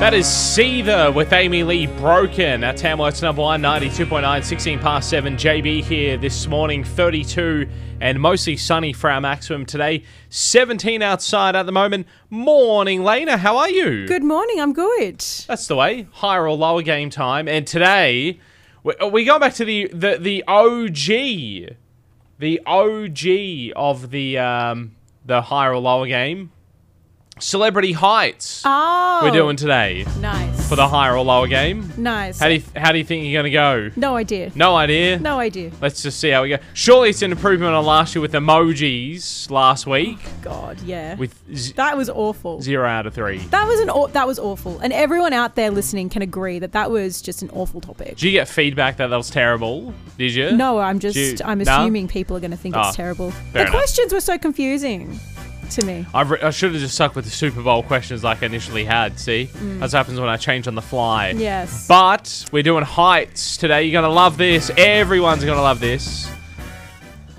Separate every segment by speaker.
Speaker 1: That is Seether with Amy Lee Broken. That's Hamlet's number one, 92.9, 16 past 7. JB here this morning, 32 and mostly sunny for our maximum today. 17 outside at the moment. Morning, Lena. How are you?
Speaker 2: Good morning. I'm good.
Speaker 1: That's the way. Higher or lower game time. And today, we, uh, we go back to the, the, the OG. The OG of the, um, the higher or lower game. Celebrity Heights.
Speaker 2: Oh,
Speaker 1: We're doing today
Speaker 2: nice
Speaker 1: for the higher or lower game.
Speaker 2: nice.
Speaker 1: How do you, how do you think you're going to go?
Speaker 2: no idea.
Speaker 1: No idea.
Speaker 2: No idea.
Speaker 1: Let's just see how we go. Surely it's an improvement on last year with emojis last week
Speaker 2: God, yeah.
Speaker 1: with z-
Speaker 2: that was awful.
Speaker 1: zero out of three.
Speaker 2: That was an aw- that was awful, and everyone out there listening can agree that that was just an awful topic.
Speaker 1: Did you get feedback that that was terrible? Did you?
Speaker 2: No, I'm just
Speaker 1: Gee,
Speaker 2: I'm
Speaker 1: no?
Speaker 2: assuming people are going to think
Speaker 1: Ah,
Speaker 2: it's terrible. The
Speaker 1: fair enough.
Speaker 2: questions were so confusing to me.
Speaker 1: I've re- I should have just stuck with the Super Bowl questions like I initially had. See,
Speaker 2: Mm.
Speaker 1: that's what happens when I change on the fly.
Speaker 2: Yes.
Speaker 1: But we're doing heights today. You're gonna love this. Everyone's gonna love this.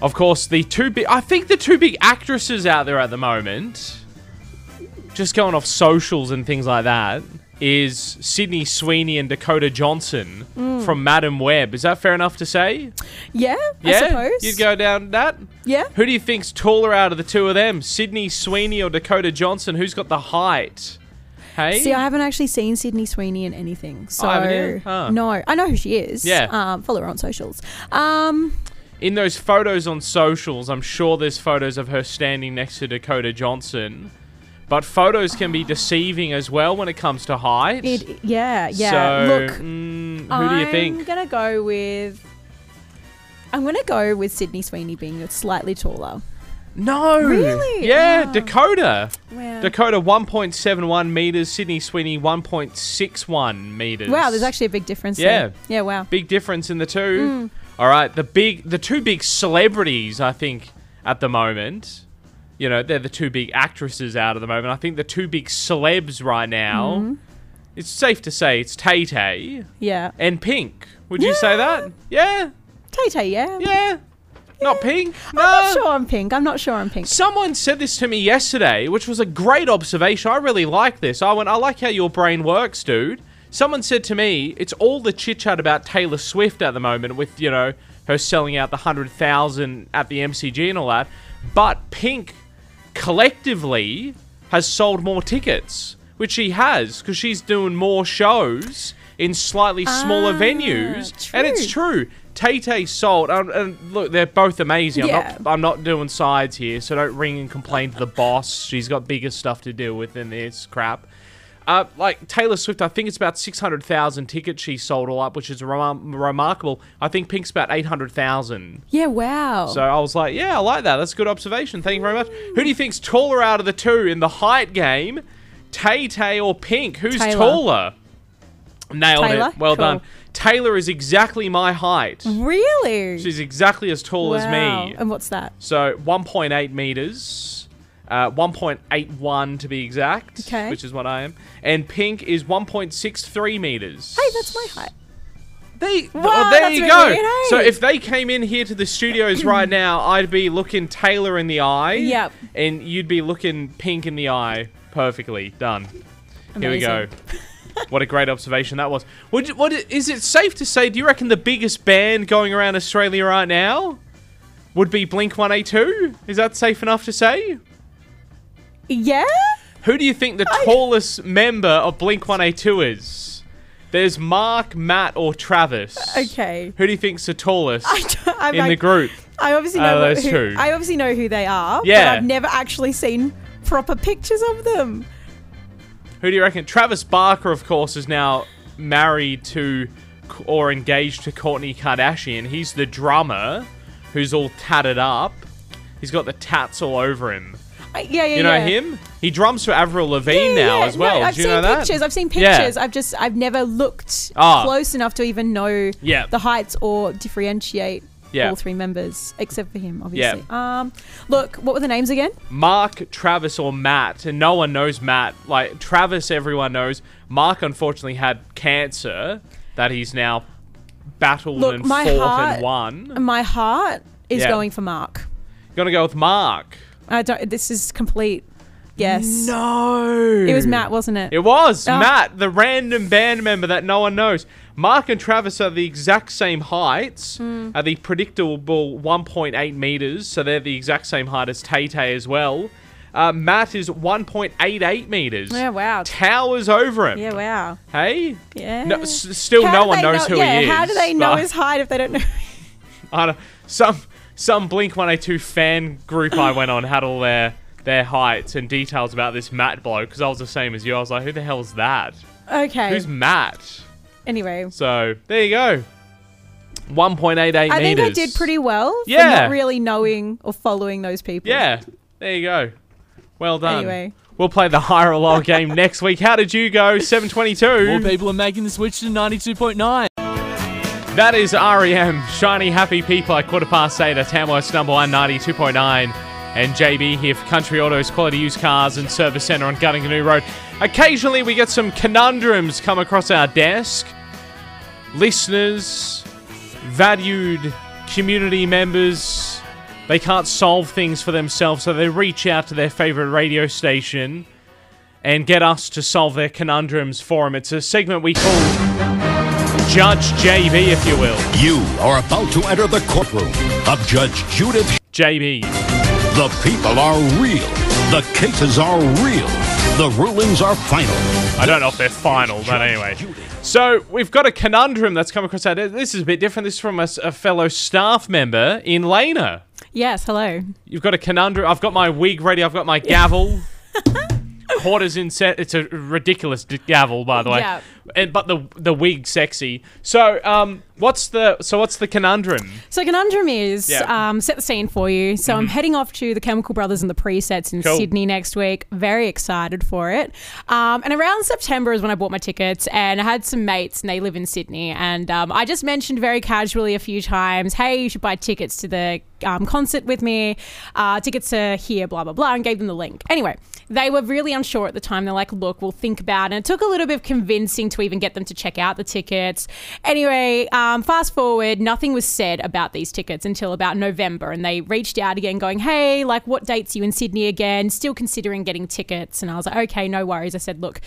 Speaker 1: Of course, the two big. I think the two big actresses out there at the moment, just going off socials and things like that, is Sydney Sweeney and Dakota Johnson
Speaker 2: Mm.
Speaker 1: from Madam Web. Is that fair enough to say?
Speaker 2: yeah, I
Speaker 1: yeah,
Speaker 2: suppose.
Speaker 1: you'd go down that.
Speaker 2: Yeah.
Speaker 1: Who do you think's taller out of the two of them, Sydney Sweeney or Dakota Johnson? Who's got the height? Hey,
Speaker 2: See, I haven't actually seen Sydney Sweeney in anything, so
Speaker 1: Oh, haven't you? Huh.
Speaker 2: no, I know who she is.
Speaker 1: Yeah.
Speaker 2: um, follow her on socials. Um,
Speaker 1: in those photos on socials, I'm sure there's photos of her standing next to Dakota Johnson. But photos can be deceiving as well when it comes to height.
Speaker 2: it, yeah, yeah.
Speaker 1: So,
Speaker 2: Look,
Speaker 1: mm, who do you
Speaker 2: I'm
Speaker 1: think?
Speaker 2: gonna go with. I'm gonna go with Sydney Sweeney being slightly taller.
Speaker 1: No.
Speaker 2: Really? Uh.
Speaker 1: Yeah,
Speaker 2: Oh.
Speaker 1: Dakota.
Speaker 2: Wow.
Speaker 1: Dakota 1.71 meters, Sydney Sweeney 1.61 meters.
Speaker 2: wow, there's actually a big difference.
Speaker 1: Yeah.
Speaker 2: There. Yeah. Wow.
Speaker 1: big difference in the two. All right, the big, the two big celebrities, I think, at the moment. You know, they're the two big actresses out at the moment. I think the two big celebs right now. It's safe to say it's Tay Tay
Speaker 2: Yeah.
Speaker 1: and Pink. Would you say that? Yeah,
Speaker 2: Tay Tay. Yeah.
Speaker 1: yeah. Not Pink. No.
Speaker 2: I'm not sure I'm pink. I'm not sure I'm pink.
Speaker 1: Someone said this to me yesterday, which was a great observation. I really like this. I went, I like how your brain works, dude. Someone said to me, it's all the chit chat about Taylor Swift at the moment, with, you know, her selling out the 100,000 at the MCG and all that. But Pink collectively has sold more tickets, which she has, because she's doing more shows in slightly smaller
Speaker 2: Ah,
Speaker 1: venues. And it's true. Tay Tay sold, um, and look, they're both amazing. I'm
Speaker 2: Yeah.
Speaker 1: not I'm not doing sides here, so don't ring and complain to the boss. She's got bigger stuff to deal with than this crap. Uh, like Taylor Swift, I think it's about 600,000 tickets she sold all up, which is remar- remarkable. I think Pink's about 800,000.
Speaker 2: Yeah. Wow.
Speaker 1: So I was like, yeah, I like that. That's a good observation. Thank you very much. Who do you think's taller out of the two in the height game? Tay Tay or Pink? Who's
Speaker 2: Taylor.
Speaker 1: taller? Nailed
Speaker 2: Taylor?
Speaker 1: it. Well
Speaker 2: Cool.
Speaker 1: done. Taylor is exactly my height.
Speaker 2: really.
Speaker 1: She's exactly as tall as
Speaker 2: Wow. Um,
Speaker 1: me.
Speaker 2: And what's that?
Speaker 1: So 1.8 meters, uh, 1.81 to be exact,
Speaker 2: Okay.
Speaker 1: which is what I am. And pink is 1.63 meters.
Speaker 2: Hey, that's my height.
Speaker 1: They,
Speaker 2: Wow,
Speaker 1: well, there
Speaker 2: that's
Speaker 1: you
Speaker 2: really
Speaker 1: go.
Speaker 2: weird, eh?
Speaker 1: So if they came in here to the studios right now, I'd be looking Taylor in the eye.
Speaker 2: Yep.
Speaker 1: And you'd be looking pink in the eye. Perfectly done. Here we go.
Speaker 2: Amazing.
Speaker 1: What a great observation that was. Would you, what i- is it safe to say? Do you reckon the biggest band going around Australia right now would be Blink One Eight Two? Is that safe enough to say?
Speaker 2: Yeah.
Speaker 1: Who do you think the tallest member of Blink One Eight Two is? There's Mark, Matt, or Travis.
Speaker 2: Okay.
Speaker 1: Who do you think's the tallest
Speaker 2: I don't, I'm
Speaker 1: in the
Speaker 2: like,
Speaker 1: group?
Speaker 2: I obviously
Speaker 1: Out
Speaker 2: know
Speaker 1: of those
Speaker 2: what- who,
Speaker 1: two.
Speaker 2: I obviously know who they are.
Speaker 1: Uh, Yeah.
Speaker 2: But I've never actually seen proper pictures of them.
Speaker 1: Who do you reckon? Travis Barker, of course, is now married to or engaged to Courtney Kardashian. He's the drummer who's all tatted up. He's got the tats all over him.
Speaker 2: I- Yeah. Yeah.
Speaker 1: You know
Speaker 2: yeah.
Speaker 1: him? He drums for Avril Lavigne
Speaker 2: Yeah,
Speaker 1: now
Speaker 2: yeah,
Speaker 1: as well.
Speaker 2: No, I've
Speaker 1: do you
Speaker 2: seen
Speaker 1: know that?
Speaker 2: pictures. I've seen
Speaker 1: Yeah.
Speaker 2: pictures. I've just I've never looked
Speaker 1: Ah.
Speaker 2: close enough to even know
Speaker 1: Yeah.
Speaker 2: the heights or differentiate
Speaker 1: Yeah.
Speaker 2: all three members except for him, obviously. Um, look, what were the names again?
Speaker 1: Mark, Travis, or Matt, and no one knows Matt. Like Travis, everyone knows. Mark unfortunately had cancer that he's now battled
Speaker 2: Look,
Speaker 1: and
Speaker 2: my
Speaker 1: fought
Speaker 2: heart-
Speaker 1: and won.
Speaker 2: My heart is
Speaker 1: Yeah.
Speaker 2: going for Mark.
Speaker 1: Gonna go with Mark.
Speaker 2: I don't. This is complete guess.
Speaker 1: No.
Speaker 2: It was Matt, wasn't it?
Speaker 1: It was
Speaker 2: Ah.
Speaker 1: Matt, the random band member that no one knows. Mark and Travis are the exact same heights
Speaker 2: Hmm.
Speaker 1: at the predictable 1.8 meters, so they're the exact same height as Tay Tay as well. Uh, Matt is 1.88 meters.
Speaker 2: Yeah, wow.
Speaker 1: Towers over him.
Speaker 2: Yeah, wow.
Speaker 1: Hey?
Speaker 2: Yeah.
Speaker 1: No, s- still
Speaker 2: How
Speaker 1: no
Speaker 2: do
Speaker 1: one
Speaker 2: they
Speaker 1: knows
Speaker 2: know-
Speaker 1: who
Speaker 2: yeah,
Speaker 1: he is.
Speaker 2: How do they know
Speaker 1: but-
Speaker 2: his height if they don't know?
Speaker 1: I don't, some some Blink One Eight Two fan group I went on had all their their heights and details about this Matt bloke because I was the same as you. I was like, who the hell's that?
Speaker 2: okay.
Speaker 1: Who's Matt?
Speaker 2: anyway,
Speaker 1: So there you go. One point eight eight
Speaker 2: I
Speaker 1: meters.
Speaker 2: think I did pretty well for
Speaker 1: Yeah.
Speaker 2: not really knowing or following those people.
Speaker 1: Yeah. There you go. Well done.
Speaker 2: Anyway.
Speaker 1: We'll play the higher or lower game next week. How did you go? Seven
Speaker 3: More
Speaker 1: twenty-two.
Speaker 3: people are making the switch to 92.9.
Speaker 1: That is REM. Shiny happy people at quarter past eight at Tamworth's number one ninety-two point nine, and JB here for Country Autos Quality Used Cars and Service Centre on Gunninganoo Road. Occasionally we get some conundrums come across our desk. Listeners, valued community members. They can't solve things for themselves, so they reach out to their favorite radio station and get us to solve their conundrums for them. It's a segment we call Judge JB, if you will.
Speaker 4: You are about to enter the courtroom of Judge Judith. Sh-
Speaker 1: JB.
Speaker 4: The people are real. The cases are real. The rulings are final.
Speaker 1: I don't know if they're final, but anyway. So we've got a conundrum that's come across our desk. This is a bit different. This is from a, s- a fellow staff member in Lena.
Speaker 2: Yes. Hello.
Speaker 1: You've got a conundrum. I've got my wig ready. I've got my gavel. Quarters in set. It's a ridiculous d- gavel, by the way.
Speaker 2: Yeah.
Speaker 1: And but the the wig sexy. So um, what's the so what's the conundrum?
Speaker 2: So conundrum is
Speaker 1: Yeah. Mhm.
Speaker 2: um, set the scene for you. So I'm heading off to the Chemical Brothers and the Presets in
Speaker 1: Cool.
Speaker 2: Sydney next week. Very excited for it. Um, and around September is when I bought my tickets, and I had some mates, and they live in Sydney. And um, I just mentioned very casually a few times, "Hey, you should buy tickets to the um, concert with me, uh, tickets to here, blah blah blah," and gave them the link. Anyway, they were really unsure at the time. They're like, "Look, we'll think about it." And it took a little bit of convincing to even get them to check out the tickets. Anyway, um, fast forward, nothing was said about these tickets until about November, and they reached out again, going, "Hey, like, what dates are you in Sydney again? Still considering getting tickets?" And I was like, "Okay, no worries." I said, "Look,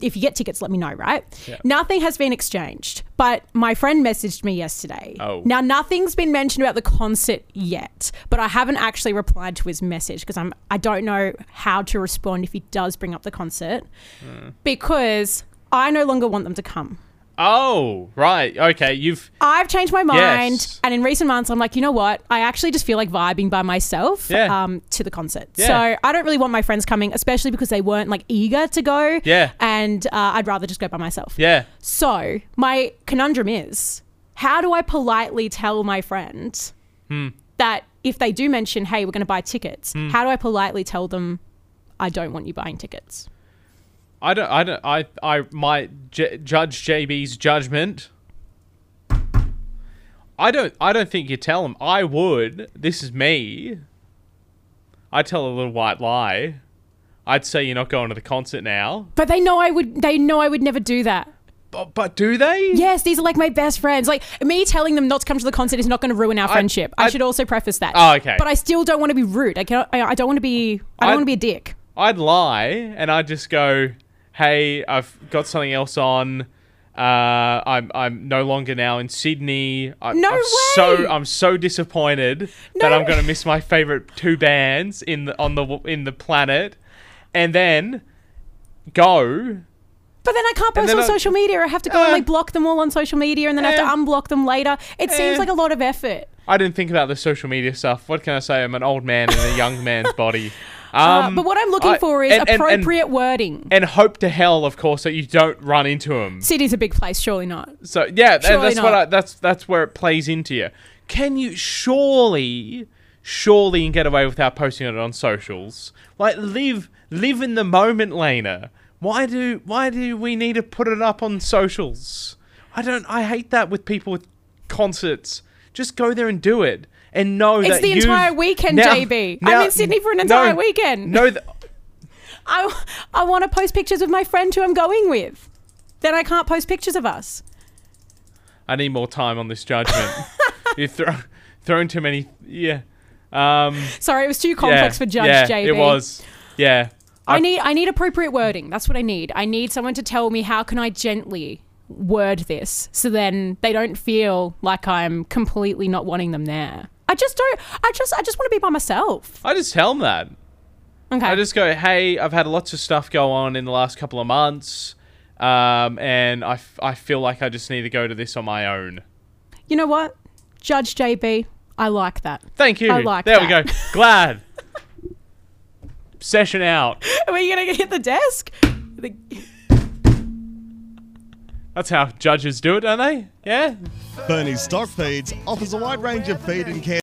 Speaker 2: if you get tickets, let me know." Right? Nothing has been exchanged, but my friend messaged me yesterday.
Speaker 1: Oh.
Speaker 2: now nothing's been mentioned about the concert yet, but I haven't actually replied to his message because I'm I don't know how to respond if he does bring up the concert
Speaker 1: Hmm.
Speaker 2: because I no longer want them to come.
Speaker 1: Oh right, okay. You've
Speaker 2: I've changed my mind,
Speaker 1: Yes.
Speaker 2: and in recent months, I'm like, you know what? I actually just feel like vibing by myself
Speaker 1: Yeah.
Speaker 2: um, to the concert.
Speaker 1: Yeah.
Speaker 2: So I don't really want my friends coming, especially because they weren't like eager to go.
Speaker 1: Yeah.
Speaker 2: and uh, I'd rather just go by myself.
Speaker 1: yeah.
Speaker 2: So my conundrum is, how do I politely tell my friend
Speaker 1: Hmm.
Speaker 2: that if they do mention, hey, we're going to buy tickets, how do I politely tell them? I don't want you buying tickets.
Speaker 1: I don't. I don't. I. I. My J- judge JB's judgment. I don't. I don't think you tell him. I would. This is me. I tell a little white lie. I'd say you're not going to the concert now.
Speaker 2: But they know I would. They know I would never do that.
Speaker 1: But but do they?
Speaker 2: Yes, these are like my best friends. Like me telling them not to come to the concert is not going to ruin our friendship. I,
Speaker 1: I-
Speaker 2: should also preface that.
Speaker 1: Oh, okay.
Speaker 2: But I still don't want to be rude. I cannot, I, I don't want to be. I don't
Speaker 1: I-
Speaker 2: want to be a dick.
Speaker 1: I'd lie and I'd just go, "Hey, I've got something else on. Uh, I'm I'm no longer now in Sydney. I,
Speaker 2: No
Speaker 1: I'm
Speaker 2: way!
Speaker 1: So I'm so disappointed that
Speaker 2: No
Speaker 1: I'm gonna miss my favorite two bands in the on the w- in the planet, and then go.
Speaker 2: But then I
Speaker 1: And
Speaker 2: can't post
Speaker 1: then
Speaker 2: on
Speaker 1: I-
Speaker 2: social media. I have to go and
Speaker 1: Uh,
Speaker 2: like block them all on social media, and then I have
Speaker 1: eh,
Speaker 2: to unblock them later. It
Speaker 1: eh.
Speaker 2: seems like a lot of effort.
Speaker 1: I didn't think about the social media stuff. What can I say? I'm an old man in a young man's body.
Speaker 2: Uh,
Speaker 1: Um,
Speaker 2: but what I'm looking
Speaker 1: I-
Speaker 2: for is
Speaker 1: and- and- and-
Speaker 2: appropriate wording.
Speaker 1: And hope to hell, of course, that you don't run into him.
Speaker 2: Sydney's a big place, surely not.
Speaker 1: So yeah, and
Speaker 2: Surely
Speaker 1: that's what
Speaker 2: not.
Speaker 1: I, that's that's where it plays into you. Can you surely, surely, and get away without posting it on socials? Like live, live in the moment, Lena. Why do why do we need to put it up on socials? I don't. I hate that with people with concerts. Just go there and do it, and know
Speaker 2: It's
Speaker 1: that
Speaker 2: the
Speaker 1: you've-
Speaker 2: entire weekend, JB. I'm in Sydney for an
Speaker 1: no,
Speaker 2: entire weekend.
Speaker 1: No, th-
Speaker 2: I, I want to post pictures of my friend who I'm going with. Then I can't post pictures of us.
Speaker 1: I need more time on this judgment. You've throw, thrown too many. Yeah. Um,
Speaker 2: Sorry, it was too complex
Speaker 1: yeah,
Speaker 2: for Judge
Speaker 1: yeah,
Speaker 2: JB.
Speaker 1: It was. Yeah.
Speaker 2: I need I need appropriate wording. That's what I need. I need someone to tell me how can I gently word this so then they don't feel like I'm completely not wanting them there. I just don't I just I just want to be by myself.
Speaker 1: I just tell them that.
Speaker 2: Okay.
Speaker 1: I just go, hey, I've had lots of stuff go on in the last couple of months, um, and I, f- I feel like I just need to go to this on my own.
Speaker 2: you know what? Judge JB, I like that.
Speaker 1: Thank you.
Speaker 2: I like
Speaker 1: there
Speaker 2: that.
Speaker 1: we go. Glad. Session out.
Speaker 2: Are we gonna hit the desk? The-
Speaker 1: That's how judges do it, don't they? Yeah.
Speaker 5: Bernie's Stock Feeds offers a wide range of feed and care.